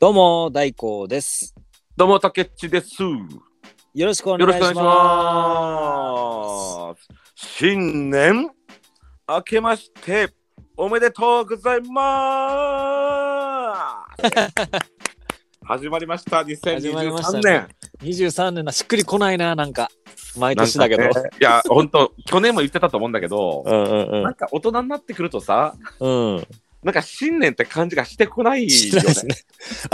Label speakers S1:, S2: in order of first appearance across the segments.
S1: どうも、大光です。
S2: どうも、たけっちです。よ
S1: よろしくお願
S2: ろ
S1: い
S2: し
S1: し
S2: くお願いし
S1: ま
S2: ます。新年明けましておめでとうござい ます。始まりました、
S1: 始まりましたね
S2: 2023年。
S1: す。23年な、しっくりこないな、なんか。毎年だけど。
S2: なんかねいや、本当去年も言ってたと思うんだけど、
S1: うんうん
S2: なんか大人になってくるとさ、
S1: うん。うん。
S2: なんか新年って感じがしてこない
S1: し
S2: よ
S1: てな
S2: ね
S1: い。ですね。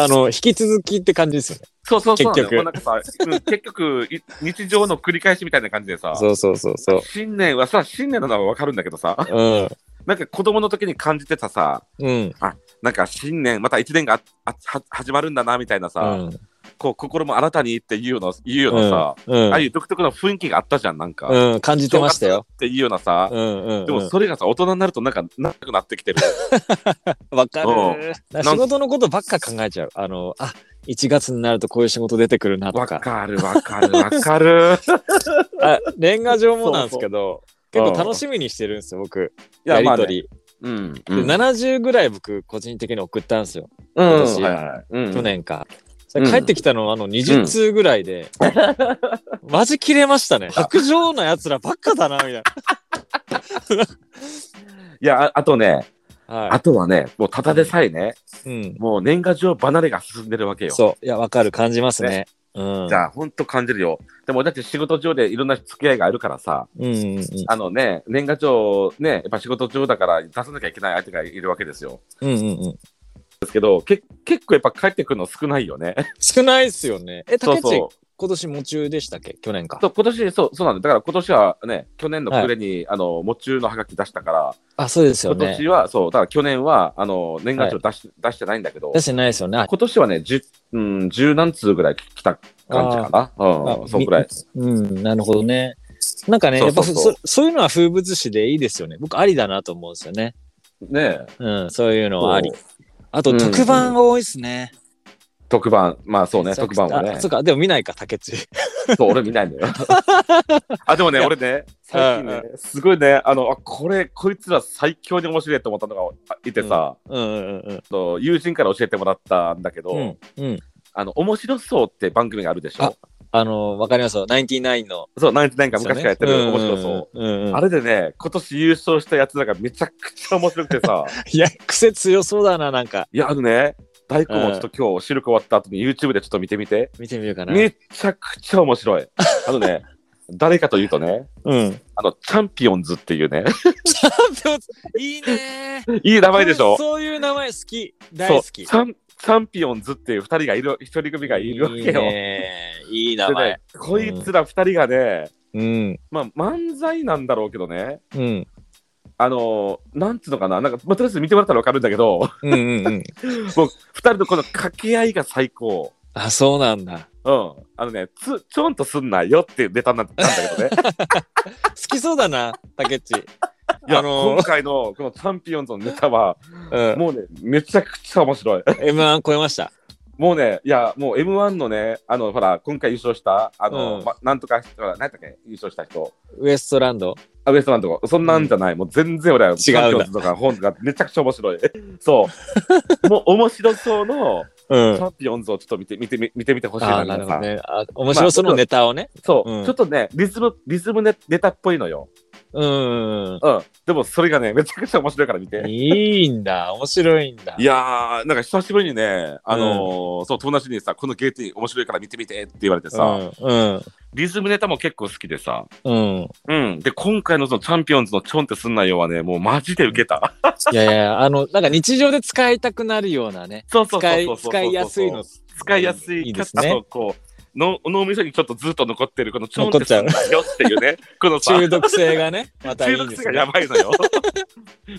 S1: あの、引き続きって感じですよね。
S2: そうそうそう。
S1: 結局
S2: なんかさ、うん結局、い 日常の繰り返しみたいな感じでさ、
S1: そうそうそうそう。
S2: 新年はさ、新年なのはわかるんだけどさ、
S1: うん。
S2: なんか子供の時に感じてたさ、
S1: うん。
S2: なんか新年、また一年がああは始まるんだなみたいな
S1: う
S2: さ、
S1: ん。
S2: こう心も新たにっていうような、いうようなさ、
S1: うん
S2: ああいう独特の雰囲気があったじゃん、なんか。っ
S1: うん。感じてましたよ。
S2: ていうようなさ、
S1: うんうん
S2: で
S1: う
S2: も
S1: ん。
S2: それがさ、大人になるとなんか、なくなってきてる。
S1: わか
S2: う
S1: る。だから仕事のことばっか考えちゃう。あの、あ、1月になるとこういう仕事出てく るなと
S2: わ
S1: か。
S2: かる、わかる、わか る。
S1: あ、年賀状もなんですけど、
S2: そうそう
S1: 結構楽しみにしてるんですよ、僕。
S2: いや
S1: やり
S2: まあね
S1: とり。
S2: うん。
S1: で70ぐらい僕、個人的に送ったんですよ。
S2: うん
S1: 今年
S2: はいはいうん
S1: 去年か。
S2: うん
S1: 帰ってきたのはあの20通ぐらい で、マジ切れましたね。白状な奴らばっかだな、みたいな。
S2: いや、ああとね、あ
S1: は
S2: とはね、もうただでさえね、
S1: い。うん。
S2: もう年賀状離れが進んでるわけよ。
S1: そう。いや、わかる。感じますね。うん。
S2: じゃあ、ほんと感じるよ。でも、だって仕事上でいろんな付き合いがあるからさ、
S1: うんうんうん。
S2: あのね、年賀状、ね、やっぱ仕事上だから出さなきゃいけない相手がいるわけですよ。
S1: うんうんうん。
S2: ですけど、け結構やっぱ帰ってくるの少ないよね。
S1: 少ないっすよね。え、
S2: そう
S1: 竹内
S2: そ、
S1: 今年夢中でしたっけ去年か
S2: う。そ。う今年、そう、そうなんだ。だから今年はね、去年の暮れに、あの、喪中のハガキ出したから、
S1: あ、そうですよ
S2: 今
S1: ね。
S2: 年は、そう、だから去年は、あの、年賀状出し、出してないんだけど
S1: 出、してないですよね。あ
S2: 今年はね、十、うん、十何通ぐらい来た感じかな。う
S1: あ
S2: ん、そうぐらい。
S1: うん、なるほどね。なんかね、
S2: そ
S1: や
S2: う
S1: っぱ
S2: そう
S1: そ
S2: そう
S1: そういうのは風物詩でいいですよね。僕、ありだなと思うんですよね。
S2: ねえ
S1: うん、そういうのはあり
S2: そ。
S1: あと、
S2: うん
S1: 特番が多いですね。
S2: 特番、まあそうね、
S1: さ
S2: 特番はね
S1: あ。そうか、でも見ないか、竹内。
S2: そう、俺見な いんだよ。あ、でもね、
S1: いや
S2: 俺ね、最近ね、すごいね、あの、あこれ、こいつら最強に面白いと思ったのがあいてさ、
S1: うんうんうん
S2: あの友人から教えてもらったんだけど、
S1: うん。うんうん。
S2: あの、面白そうって番組があるでしょ。
S1: あの、わかりますよ。ナインティナインの。
S2: そう、何年か昔からやってる、面白そう。
S1: うんうんうん。うん
S2: あれでね、今年優勝したやつらがめちゃくちゃ面白く てさ、
S1: いや、癖強そうだな、なんか。
S2: いや、あのね、大根もちょっと今日、収録終わった後に YouTube でちょっと見てみて。
S1: 見てみるかな。
S2: めちゃくちゃ面白い。あ のね、誰かというとね、
S1: うん。
S2: あの、チャンピオンズっていう ね、
S1: チャンピオンズいいねー。
S2: いい名
S1: 名
S2: 前でしょ
S1: そういう名前好き。大
S2: そう
S1: 好き。
S2: チャンチャンピオンズっていう2人がいる、1人組がいるわけよ。
S1: いいねーいい名
S2: で
S1: 前
S2: ね。、こいつら2人がね、
S1: うん。
S2: まあ漫才なんだろうけどね、
S1: うん。
S2: あのーなんつうのかな、なんか、まあ、とりあえず見てもらったら分かるんだけど、 も
S1: うんうんうん。
S2: う2人のこの掛け合いが最高。
S1: あ、そうなんだ。
S2: うん。あのね、つ、ちょんとすんなよっていうネタになったんだ けどね。
S1: 好きそうだな、竹内。
S2: いや、
S1: あのー
S2: 今回のこのチャンピオンズのネタは、
S1: うん。
S2: もうね、めちゃくちゃ面白い。
S1: M1 超えました。
S2: もうね、いや、もう M1 のね、あの、ほら、今回優勝した、あの、
S1: うん
S2: ま、なんとか、ほら、何だっけ、優勝した人。
S1: ウエストランド。
S2: あ、ウエストランドとか、そんなんじゃない。もう全然俺
S1: 違
S2: は、
S1: うんだ
S2: チャンピオンズとか本がめちゃくちゃ面 白い。そう。もう面白そうの
S1: う
S2: チ
S1: ん。
S2: ャンピオンズをちょっと見て、見て、み見てみてほしい
S1: ああ、
S2: な。
S1: なるほ
S2: 皆さ
S1: ど
S2: ん
S1: ね。あ面白そうのネタをね。
S2: そう、
S1: うん
S2: ちょっとね、リズム、リズムネネタっぽいのよ。
S1: うん。
S2: うん。でもそれがね、めちゃくちゃ面白いから見て。
S1: いいんだ。面白いんだ。
S2: いやー、なんか久しぶりにね、あのーそう、友達にさ、このゲーティ面白いから見てみてって言われてさ、
S1: うん。
S2: リズムネタも結構好きでさ、
S1: うん。うん。
S2: うん。で、今回のそのチャンピオンズのチョンってすんないようはね、もうマジでウケた。
S1: いやいや、あの、なんか日常で使いたくなるようなね。
S2: そうそう
S1: 使
S2: そう
S1: い
S2: そうそうそう。
S1: 使いやすいの。
S2: 使いやすい。
S1: いいですね
S2: あと、こう、の脳みそにちょっとずっと残ってる、このチョンってすんないよってい うね、このさ、
S1: 中毒性が ね、またい
S2: 中
S1: い
S2: 毒
S1: で
S2: 性
S1: す
S2: が
S1: ね。
S2: やばいの よ。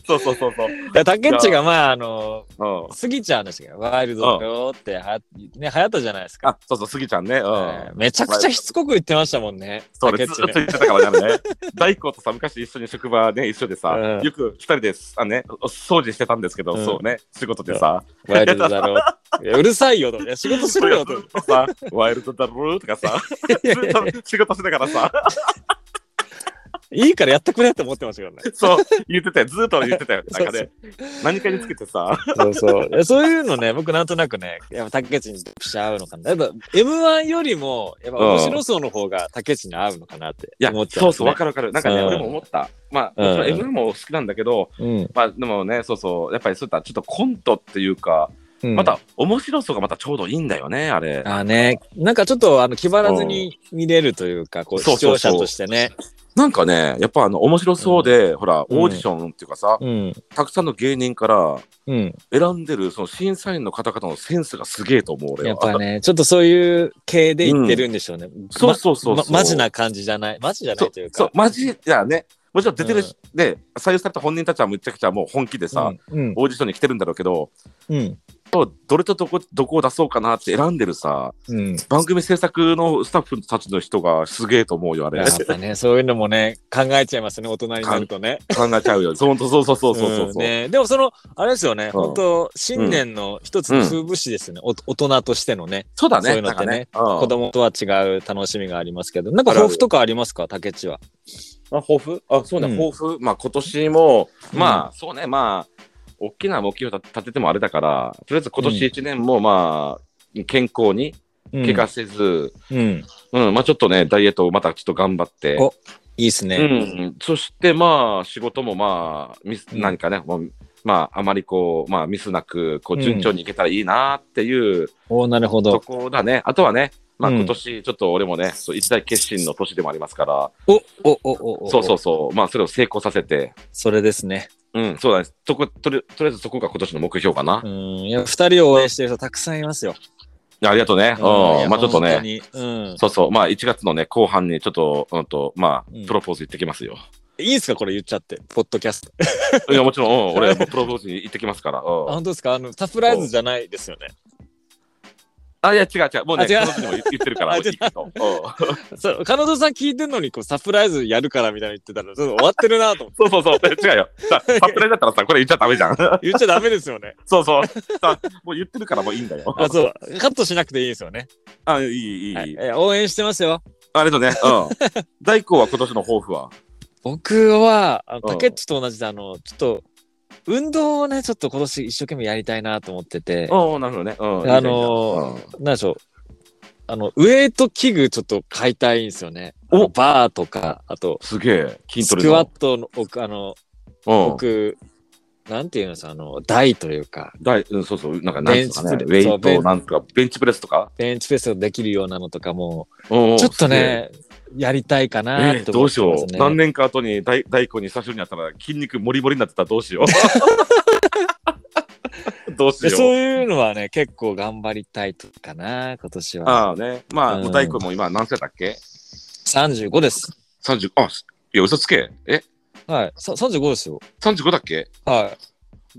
S2: そうそうそうそう。
S1: いや、竹内がまあ、あの、
S2: うん。
S1: スギちゃんでしたけど、ワイルドだよっては、ね、流行ったじゃないですか。
S2: あ、そうそう、スギちゃんね。う
S1: え
S2: ん。
S1: ーめちゃくちゃしつこく言ってましたもんね。
S2: そ
S1: 竹
S2: れずっ
S1: 内
S2: と
S1: ね
S2: 言ってたからねあのね。大工とさ、昔一緒に職場ね、一緒でさ、
S1: うん
S2: よく二人であね、お掃除してたんですけど、
S1: うん
S2: そうね、仕事でさ、
S1: ワイルドだろう。いやうるさいよと。いや仕事しろよと。
S2: さ、ワイルドだろーとかさ、ずっと仕事してたからさ、
S1: いいからやってくれって思ってましたからね。
S2: そう、言ってたよ。ずーっと言 ってたよ。なんか
S1: そう
S2: ね、何かにつけてさ。
S1: そうそう。いやそういうのね、僕なんとなくね、やっぱ竹内にプシャ合うのかな。やっぱ M1 よりも、やっぱ面白そうの方が竹内に合うのかなって
S2: いや
S1: 思っ、ちゃう、
S2: そうそう、わかるわかる。なんかね、
S1: うん
S2: 俺も思った。まあ、もちろん M も好きなんだけど、
S1: うん。
S2: まあ、でもね、そうそう、やっぱりそういったちょっとコントっていうか、
S1: うん
S2: ま。た面白さがまたちょうどいいんだよね、あれ。
S1: あーね、なんかちょっとあの気張らずに見れるというか、こう
S2: そう
S1: 視
S2: そう
S1: 聴
S2: そう
S1: 者としてね。
S2: なんかね、やっぱあの、面白そうで、ほら、
S1: うん
S2: オーディションっていうかさ、
S1: うん。
S2: たくさんの芸人から
S1: うん。
S2: 選んでる、その審査員の方々のセンスがすげえと思う、俺
S1: や
S2: は
S1: っ。ぱね、ちょっとそういう系でいってるんでしょうね。
S2: そうそうそうそう
S1: ままマジな感じじゃない。マジじゃな
S2: そ
S1: いというか。
S2: そう、マジ、いやね、もちろん出てるし、で、採用された本人たちはむちゃくちゃもう本気でさ、
S1: うん。
S2: オーディションに来てるんだろうけど、
S1: うん。
S2: どれとどこどこを出そうかなって選んでるさ、
S1: うん。
S2: 番組制作のスタッフたちの人がすげえと思うよ、あ れ
S1: や。っぱね、そういうのもね、考えちゃいますね、大人になるとね。
S2: 考えちゃうよ。そうそうそうそうそうそう。
S1: んね。でもその、あれですよね、本当新年の一つの
S2: うん
S1: 風物詩ですよね、お大人としてのね、
S2: そうだね。
S1: そういうのってね
S2: なんかね。
S1: 子供とは違う楽しみがありますけど、なんか抱負とかありますか、竹内は。
S2: あ、抱負あ、そうね、
S1: うん
S2: 抱負。まあ今年も、
S1: うん
S2: まあそうね、まあ、大きな目標立ててもあれだから、とりあえず今年一年もまあ、健康に、怪我せず、
S1: うん。うん。
S2: うん、まあちょっとね、ダイエットをまたちょっと頑張って、
S1: おいいっすね。
S2: うん、そしてまあ仕事もまあミス、
S1: うん
S2: 何かねもうまああまりこうまあミスなくこ
S1: う
S2: うん順調にいけたらいいなっていう
S1: おなるほ
S2: と
S1: ど。
S2: こだね、あとはねまあ
S1: うん
S2: 今年ちょっと俺もね、そう一大決心の年でもありますから
S1: おおおおお。
S2: そうそう。そうまあそれを成功させて
S1: それですね。
S2: うんそうだねとことりとりあえずそこが今年の目標かな
S1: う、ん。いや、二人を応援してる人たくさんいますよ。
S2: ありがとうね、うん
S1: いや
S2: まあちょっと
S1: 本当
S2: ね
S1: にうん。
S2: そうそうまあ1月のね後半にちょっとうんとまあ
S1: うん
S2: プロポーズ行ってきますよ、
S1: いいですかこれ言っちゃって。ポッドキャスト。
S2: いやもちろん、うん、俺もプロポーズに行ってきますから、う
S1: あ、
S2: ん
S1: 本当ですかあの、サプライズじゃないですよね。
S2: あ、いや、違う違う。もう
S1: あ
S2: ね、
S1: 違う
S2: 彼女にも言ってるか ら、
S1: あ
S2: いい
S1: 違う
S2: けど。うん
S1: そう、彼女さん聞いてんのに、こう、サプライズやるからみたいな言ってたら、ちょっと終わってるなと思って。
S2: そうそうそう。違うよ。 さ、サプライズだったらさ、これ言っちゃダメじゃん。
S1: 言っちゃダメですよね。
S2: そうそう。さ、もう言ってるからもういいんだよ。
S1: あ、そう。カットしなくていいですよね。
S2: あ、いい、いい、いい。
S1: はいえ応援してますよ。
S2: あれとね、 うん。大光は今年の抱負は
S1: 僕は、あの
S2: うん
S1: 竹内と同じで、あの、ちょっと、運動をね、ちょっと今年一生懸命やりたいなと思ってて、
S2: うん、なるほどね。うん。
S1: あのーなんでしょう。あの、ウェイト器具ちょっと買いたいんですよね。
S2: お
S1: あのバーとか、あと、
S2: すげえ、筋
S1: ス
S2: トレ
S1: クワ
S2: の。
S1: ットの奥、あの、
S2: うん。
S1: 奥、なんていうんですか、あの、台というか、
S2: 大うん、そうそう、なんか、なんとかね、ウ
S1: ベンチプレス
S2: ェイ
S1: そう
S2: ト、なんとか、ベンチプレスとか。
S1: ベンチプレスができるようなのとかも、
S2: うんうん
S1: ちょっと、ね、やりたいか
S2: すげ
S1: な
S2: え
S1: っ
S2: え
S1: て
S2: ー
S1: 思っ
S2: どうしてよ
S1: ます
S2: う。
S1: ね。
S2: 何年か後に大大光に久しぶりに会ったら、筋肉もりもりになってたらどうしよ う。どうし
S1: で
S2: よう
S1: そ。ういうのはね、結構頑張りたいとかな、今年は。
S2: ああね。まあ、
S1: うん
S2: もう大工も今何歳だっけ
S1: 35です。
S2: ?30、あ、すいや、嘘つけ。え
S1: はい。さ35ですよ。
S2: ?35 だっけ
S1: はい。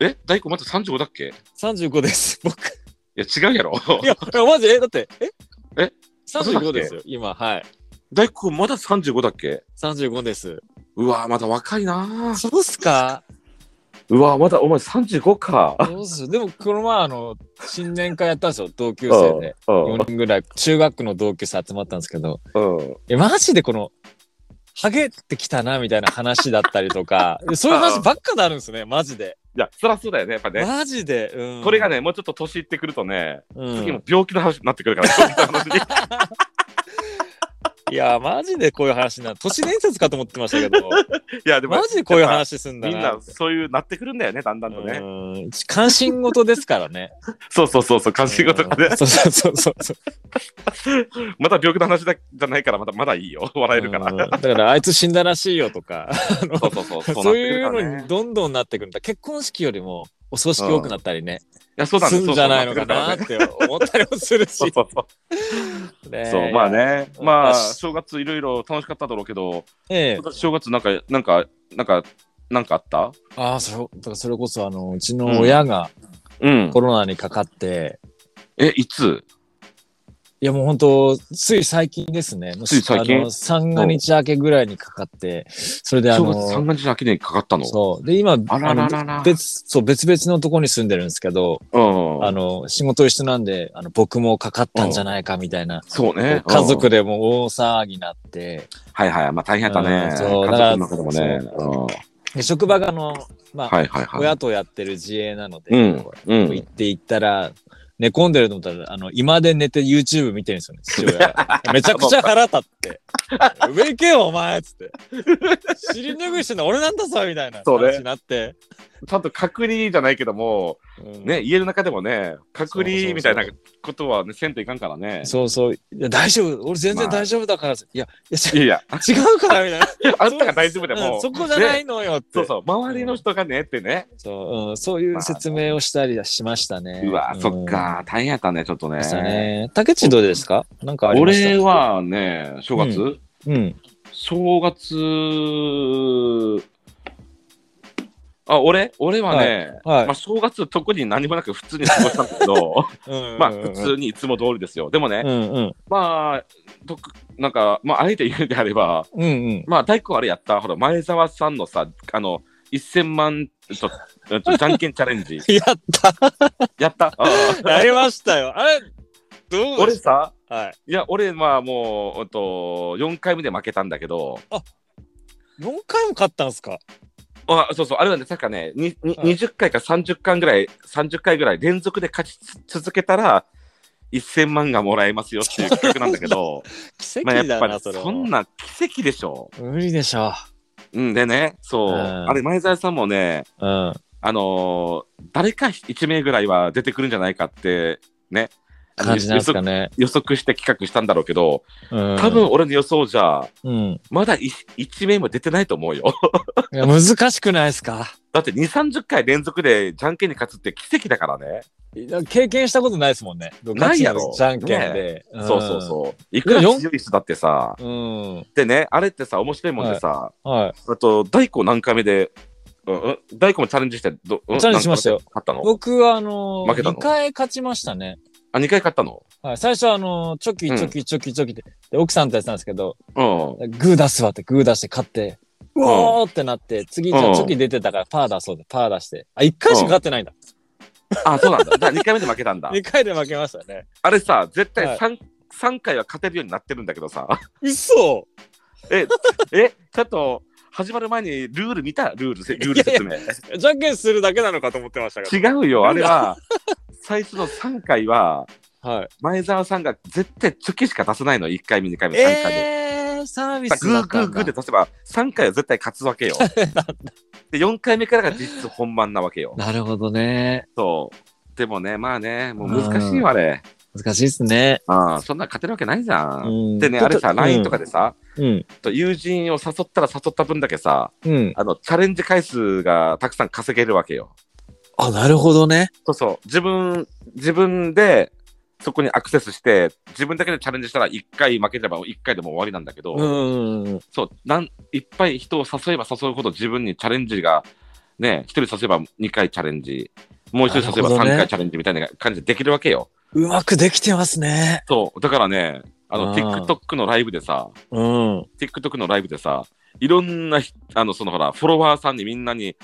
S2: え大工また35だっけい
S1: 35です。 僕。
S2: や、違う やろ。
S1: いや、いやマジえ、だって、え
S2: え
S1: ?35 ですよ、今。はい。
S2: 大工まだ35だっけ
S1: 35です。
S2: うわまだ若いなぁ
S1: そうっすか
S2: うわまだお前35か。
S1: そうっすよでも、この前、あの、新年会やったんですよ、同級生で。
S2: うん
S1: 4人ぐらい、中学の同級生集まったんですけど、
S2: うん。
S1: え、マジでこの、ハゲってきたな、みたいな話だったりと か、そういう話ばっかなるんですね、マジで。
S2: いや、そりゃそうだよね、やっぱね。
S1: マジで。うん
S2: これが、ね、もうちょっと年いってくるとね、
S1: うん
S2: 次も病気の話になってくるから、病気の話 に
S1: いや、マジでこういう話になる。都市伝説かと思ってましたけど、
S2: い や、でも
S1: マ、ジでこういう話すんだ
S2: みん
S1: な
S2: な。そういうなってくるんだよね、だんだんとね。
S1: うん関心事ですから ね。
S2: そうそうそうそう、関心事がね
S1: うん。そうそうそうそうそう。
S2: また病気の話だじゃないから、まだまだいいよ。笑えるか
S1: う
S2: ら
S1: ん。だから、あいつ死んだらしいよとか、
S2: そうそうそう。
S1: そう
S2: なって
S1: い
S2: く
S1: う
S2: るから
S1: の
S2: ね
S1: にどんどんなってくるんだ。結婚式よりも、お葬式多くなったりね、
S2: いや、そうだね。
S1: すんじゃないのかな
S2: そう
S1: って思ったりもするし
S2: そう。そうそう
S1: ね
S2: そう、まあ。ね。まあ、
S1: うん
S2: 正月いろいろ楽しかっただろうけど、
S1: ええ
S2: 今年正月なんか、なんか、なんか、なんかあった
S1: ああ、それ、だからそれこそ、あの、うちの親が
S2: うん
S1: コ。ロナにかかって、
S2: え、いつ
S1: いやもう本当、つい最近ですね。
S2: つい最近
S1: あの三が日明けぐらいにかかって、それであ
S2: 正
S1: の、
S2: 月三が日の秋にかかったの
S1: そう。で、今、
S2: あらら
S1: あ
S2: ら
S1: の
S2: ら。
S1: 別、そう、別々のとこに住んでるんですけど、
S2: うん。
S1: あの、仕事一緒なんで、あの、僕もかかったんじゃないかみたいな。
S2: そうね。
S1: 家
S2: うん
S1: 族でもう大騒ぎになって、
S2: はいはい。まあ大変やったね。
S1: うんそう
S2: 家
S1: だから
S2: 族の中でもね。うん
S1: で職場があの、まあ、
S2: はいはいは
S1: 親
S2: い。
S1: とやってる自営なので、
S2: うん
S1: こう
S2: う
S1: 行
S2: ん
S1: っ。て行ったら、寝込んでると思ったら、あの、今で寝て YouTube 見てるんですよね、父親 が。めちゃくちゃ腹立って。上行けよ、お前っつって。尻拭いしてんの俺なんだぞみたいな
S2: それ
S1: 話になって。
S2: ちゃんと隔離じゃないけども、
S1: うん
S2: ね、家の中でもね、隔離みたいなことはね、せんといかんからね。
S1: そうそう。いや、大丈夫。俺全然大丈夫だから。いや、いや、
S2: いやいや、
S1: ち違うから、みたいな。
S2: あんたが大丈夫でも
S1: うん
S2: う。
S1: そこじゃない
S2: ね。
S1: のよって。
S2: そうそう、周りの人がねってね。
S1: そう、うん、そういう説明をしたりはしましたね。
S2: うわ、
S1: ん
S2: そっ。か、大変やったね、ちょっと
S1: でした
S2: ね。
S1: ね。竹内どうですかなんかありました
S2: 俺、はね、正月
S1: うん。
S2: 正月、あ、俺俺はね、
S1: はい
S2: まあ、。正月特に何もなく普通に過ごしたんだけど、 まあ普
S1: ね。
S2: 通にいつも通りですよ。でもね、
S1: うんうん。
S2: まあ、とくなんか、まあ、あえて言うんであれば、
S1: うんうん。
S2: まあ、大工あれやった、ほら、前澤さんのさ、あの、1000万と、えっとじゃんけんチャレンジ、
S1: やった
S2: やった。 あー
S1: やりましたよ。あれどうで
S2: 俺
S1: す
S2: さ、
S1: はい
S2: や、俺、まあ、もう、えっと、4回目で負けたんだけど、
S1: い。4回も勝ったんすか
S2: あそうそう、あれはね、さっきね、にに
S1: はい
S2: 20回か30回ぐらい、30回ぐらい連続で勝ちつ続けたら、1000万がもらえますよっていう企画なんだ けど、
S1: 奇
S2: まあ
S1: 跡
S2: や
S1: だ
S2: っぱ
S1: な、
S2: り
S1: それは。
S2: そんな奇跡でしょ。
S1: 無理でしょ。
S2: うんでね、そう、
S1: うん
S2: あれ、前澤さんもね、
S1: うん。
S2: あのー誰か1名ぐらいは出てくるんじゃないかって、ね、あの
S1: 感じなんすかね。
S2: 予測して企画したんだろうけど、
S1: うん。
S2: 多分俺の予想じゃ、
S1: うん。
S2: まだ1名も出てないと思うよ。
S1: いや、難しくないですか
S2: だって2、30回連続でじゃんけんに勝つって奇跡だからね。
S1: いや経験したことないですもんね。
S2: ないやろ
S1: じゃんけんで。
S2: そうそうそう。いくら強い人だってさ、
S1: う。うん。
S2: でね、あれってさ、面白いもんでさ、
S1: はい。
S2: あと、大工何回目で、うんうん、大工もチャレンジしてど、うん
S1: チャレンジしましたよ。
S2: 何回目勝ったの
S1: 僕は、あの
S2: 負けた
S1: ー、
S2: の
S1: 2回勝ちましたね。
S2: あ、2回勝ったの
S1: はい。最初は、あのー、チョキチョキチョキチョキで、で奥さんとやってたんですけど、
S2: うん。
S1: グー出すわって、グー出して勝って、うおーってなって、次、じゃあチョキ出てたから、パー出そうで、パー出して。あ、1回しか勝ってないんだ。
S2: あ、そうなんだ。だ2回目で負けたん だ
S1: 2。回で負けましたね。
S2: あれさ、絶
S1: は
S2: 対
S1: い
S2: 3, 三回は勝てるようになってるんだけどさ。
S1: 嘘
S2: え、え、ちょっと、始まる前にルール見たルールせ、ルール説明。
S1: じゃんけんするだけなのかと思ってましたけ
S2: 違うよ、あれは、最初の3回は、
S1: ど。はい。
S2: 前澤さんが絶対チョキしか出せないの、1回目、2回目、3回目。
S1: えー、サービ
S2: だ
S1: ス
S2: から
S1: だ
S2: グー
S1: った
S2: グー
S1: ん
S2: グ
S1: だ
S2: ーで出せば3回は絶対勝つわけ よ。で4回目からが実質本番なわけよ。
S1: なるほどね。
S2: そう。でもね、まあね、もう難しいわ、あれ。
S1: 難しいっすね。
S2: ああそんなん勝てるわけないじゃん。
S1: うん
S2: でね、あれさ、LINE とか
S1: で。
S2: でさ、
S1: うん。
S2: と友人を誘ったら誘った分だけさ、
S1: うん。
S2: あの、チャレンジ回数がたくさん稼げるわけよ。
S1: あ、なるほどね。
S2: そうそう。自分、自分で、そこにアクセスして、自分だけでチャレンジしたら1回負ければ1回でもう終わりなんだけど、
S1: うん。
S2: そうなん、いっぱい人を誘えば誘うほど自分にチャレンジが、ね、一人誘えば2回チャレンジ、もう一人誘えば
S1: なるほどね
S2: 3回チャレンジみたいな感じでできるわけよ。
S1: うまくできてますね。
S2: そう。だからね、あの、
S1: あー
S2: TikTok のライブでさ、
S1: うん。
S2: TikTok のライブでさ、いろんなひ、あの、そのほら、フォロワーさんにみんなに、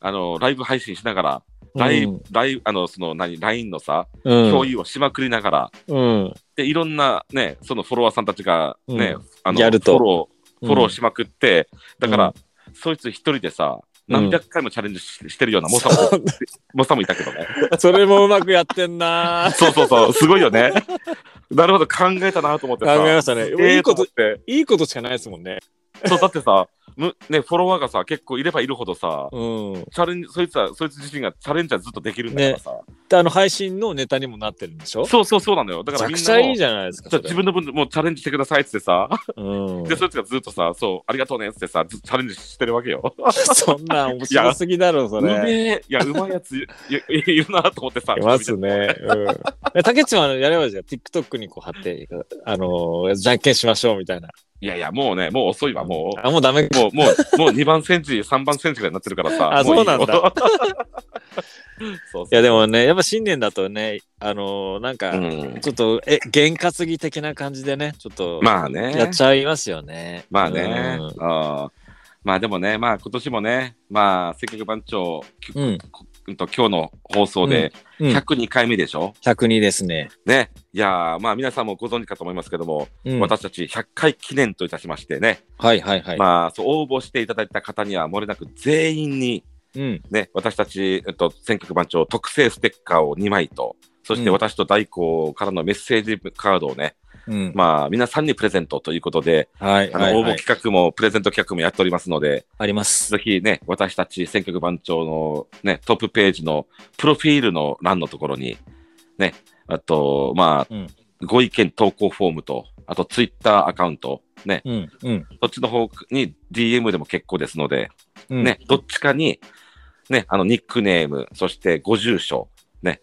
S2: あの、ライブ配信しながら、ライブ、ライブ、あの、その、何、LINE のさ、
S1: うん。
S2: 共有をしまくりながら、
S1: うん。
S2: で、いろんなね、そのフォロワーさんたちがね、
S1: う
S2: あの、
S1: やると
S2: フォロー、フォローしまくって、だから、そいつ一人でさ、何百回もチャレンジししてるような猛者も、 猛者もいたけどね。
S1: それもうまくやってんな
S2: そうそうそう、すごいよね。 なるほど、考えたなと思って
S1: 考
S2: さ。
S1: えましたね。
S2: ええ
S1: いいこと
S2: 思、って。
S1: いいことしかないですもんね。
S2: そう、だってさ、むね、フォロワーがさ、結構いればいるほどさ、
S1: うん。
S2: チャレンジ、そいつは、そいつ自身がチャレンジャーずっとできるんだからさ。
S1: で、あの配信のネタにもなってるんでしょ
S2: そうそうそうなのよ。だ
S1: めちゃ
S2: からみ
S1: く
S2: んな
S1: ちゃいい
S2: も、
S1: じゃないですか。
S2: そう自分の分でもうチャレンジしてくださいっつってさ、
S1: それうん。
S2: で、そいつがずっとさ、そう、ありがとうねっつってさ、ずっとチャレンジしてるわけよ。
S1: そんなん面白すぎだろ、そう
S2: め
S1: れ。
S2: え、いや、うまいやついいいるなと思ってさ、
S1: いますね。うん。え竹内はあのやればいいじゃん。TikTok にこう貼って、あのー、じゃんけんしましょうみたいな。
S2: いやいや、もうね、もう遅いわ、もう。
S1: あ、もうダメか。
S2: もう、もう、もう2番センチ、3番センチぐらいになってるからさ。
S1: あ
S2: もいいよ
S1: そうなんだ。
S2: そうそう
S1: いや、でもね、やっぱ新年だとね、あのー、なんか、
S2: うん
S1: ちょっと、え、験担ぎ的な感じでね、ちょっと、
S2: まあね。
S1: やっちゃいますよね。
S2: まあね。
S1: うん
S2: あーまあでもね、まあ今年もね、まあ、せっかく番長、き
S1: うん。
S2: こうんと今日の放送で
S1: うん
S2: 102回目でしょ、
S1: 102ですね。
S2: ね。いやーまあ皆さんもご存知かと思いますけども、
S1: うん
S2: 私たち100回記念といたしましてね、
S1: はいはいはい。
S2: まあそう応募していただいた方には漏れなく全員に、
S1: うん。
S2: ね、私たち、えっと、選曲番長特製ステッカーを2枚と、そして
S1: うん
S2: 私と大光からのメッセージカードをね、
S1: うん。
S2: まあ皆さんにプレゼントということで、
S1: はい
S2: あの
S1: はい
S2: 応
S1: は
S2: 募
S1: い。
S2: 企画もプレゼント企画もやっておりますので、
S1: あります。
S2: ぜひね、私たち選曲番長の、ね、トップページのプロフィールの欄のところに、ね、あと、ま
S1: う
S2: あ、
S1: ん
S2: ご意見投稿フォームと、あとツイッターアカウント、ね、
S1: うん。うん。
S2: そっちの方に DM でも結構ですので、
S1: うん。
S2: ね、どっちかに、ね、あの、ニックネーム、そしてご住所、ね、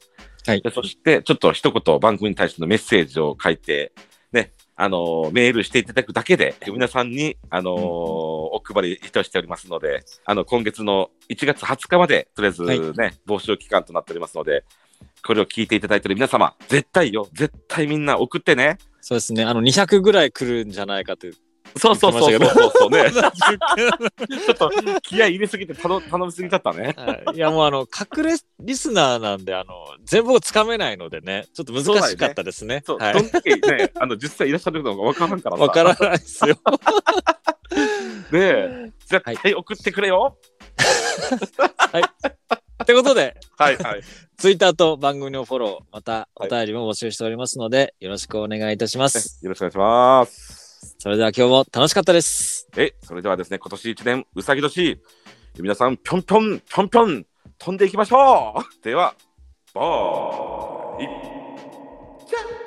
S1: はい
S2: でそして、ちょっと一言番組に対してのメッセージを書いて、ね、あのーメールしていただくだけで、皆さんに、あのー
S1: うん
S2: お配りいたしておりますので、あの、今月の1月20日まで、とりあえず
S1: はい
S2: ね、募集期間となっておりますので、これを聞いていただいている皆様、絶対よ、絶対みんな送ってね。
S1: そうですね。あの、200ぐらい来るんじゃないかという。
S2: そうそうそうそうそうそう ね。
S1: は
S2: ちょっと気合い入れすぎて頼頼みすぎちゃったね。
S1: いいや、もうあの、隠れリスナーなんで、あの、全部をつかめないのでね、ちょっと難しかったですね。
S2: そう、
S1: は
S2: ど
S1: い。
S2: んだけね、 あの、実際いらっしゃるのかわからんからさ。
S1: わからないです よ。
S2: で、絶対送ってくれよ。
S1: ってことで、
S2: はい、 はい。
S1: ツイッターと番組のフォロー、またお便りも募集しておりますので、よろしくお願いいたします。
S2: よろしくお願いします。
S1: それでは今日も楽しかったです。
S2: え、それではですね、今年一年、うさぎ年、皆さん、ぴょんぴょん、ぴょんぴょん、飛んでいきましょう。では、バーイ。じゃあ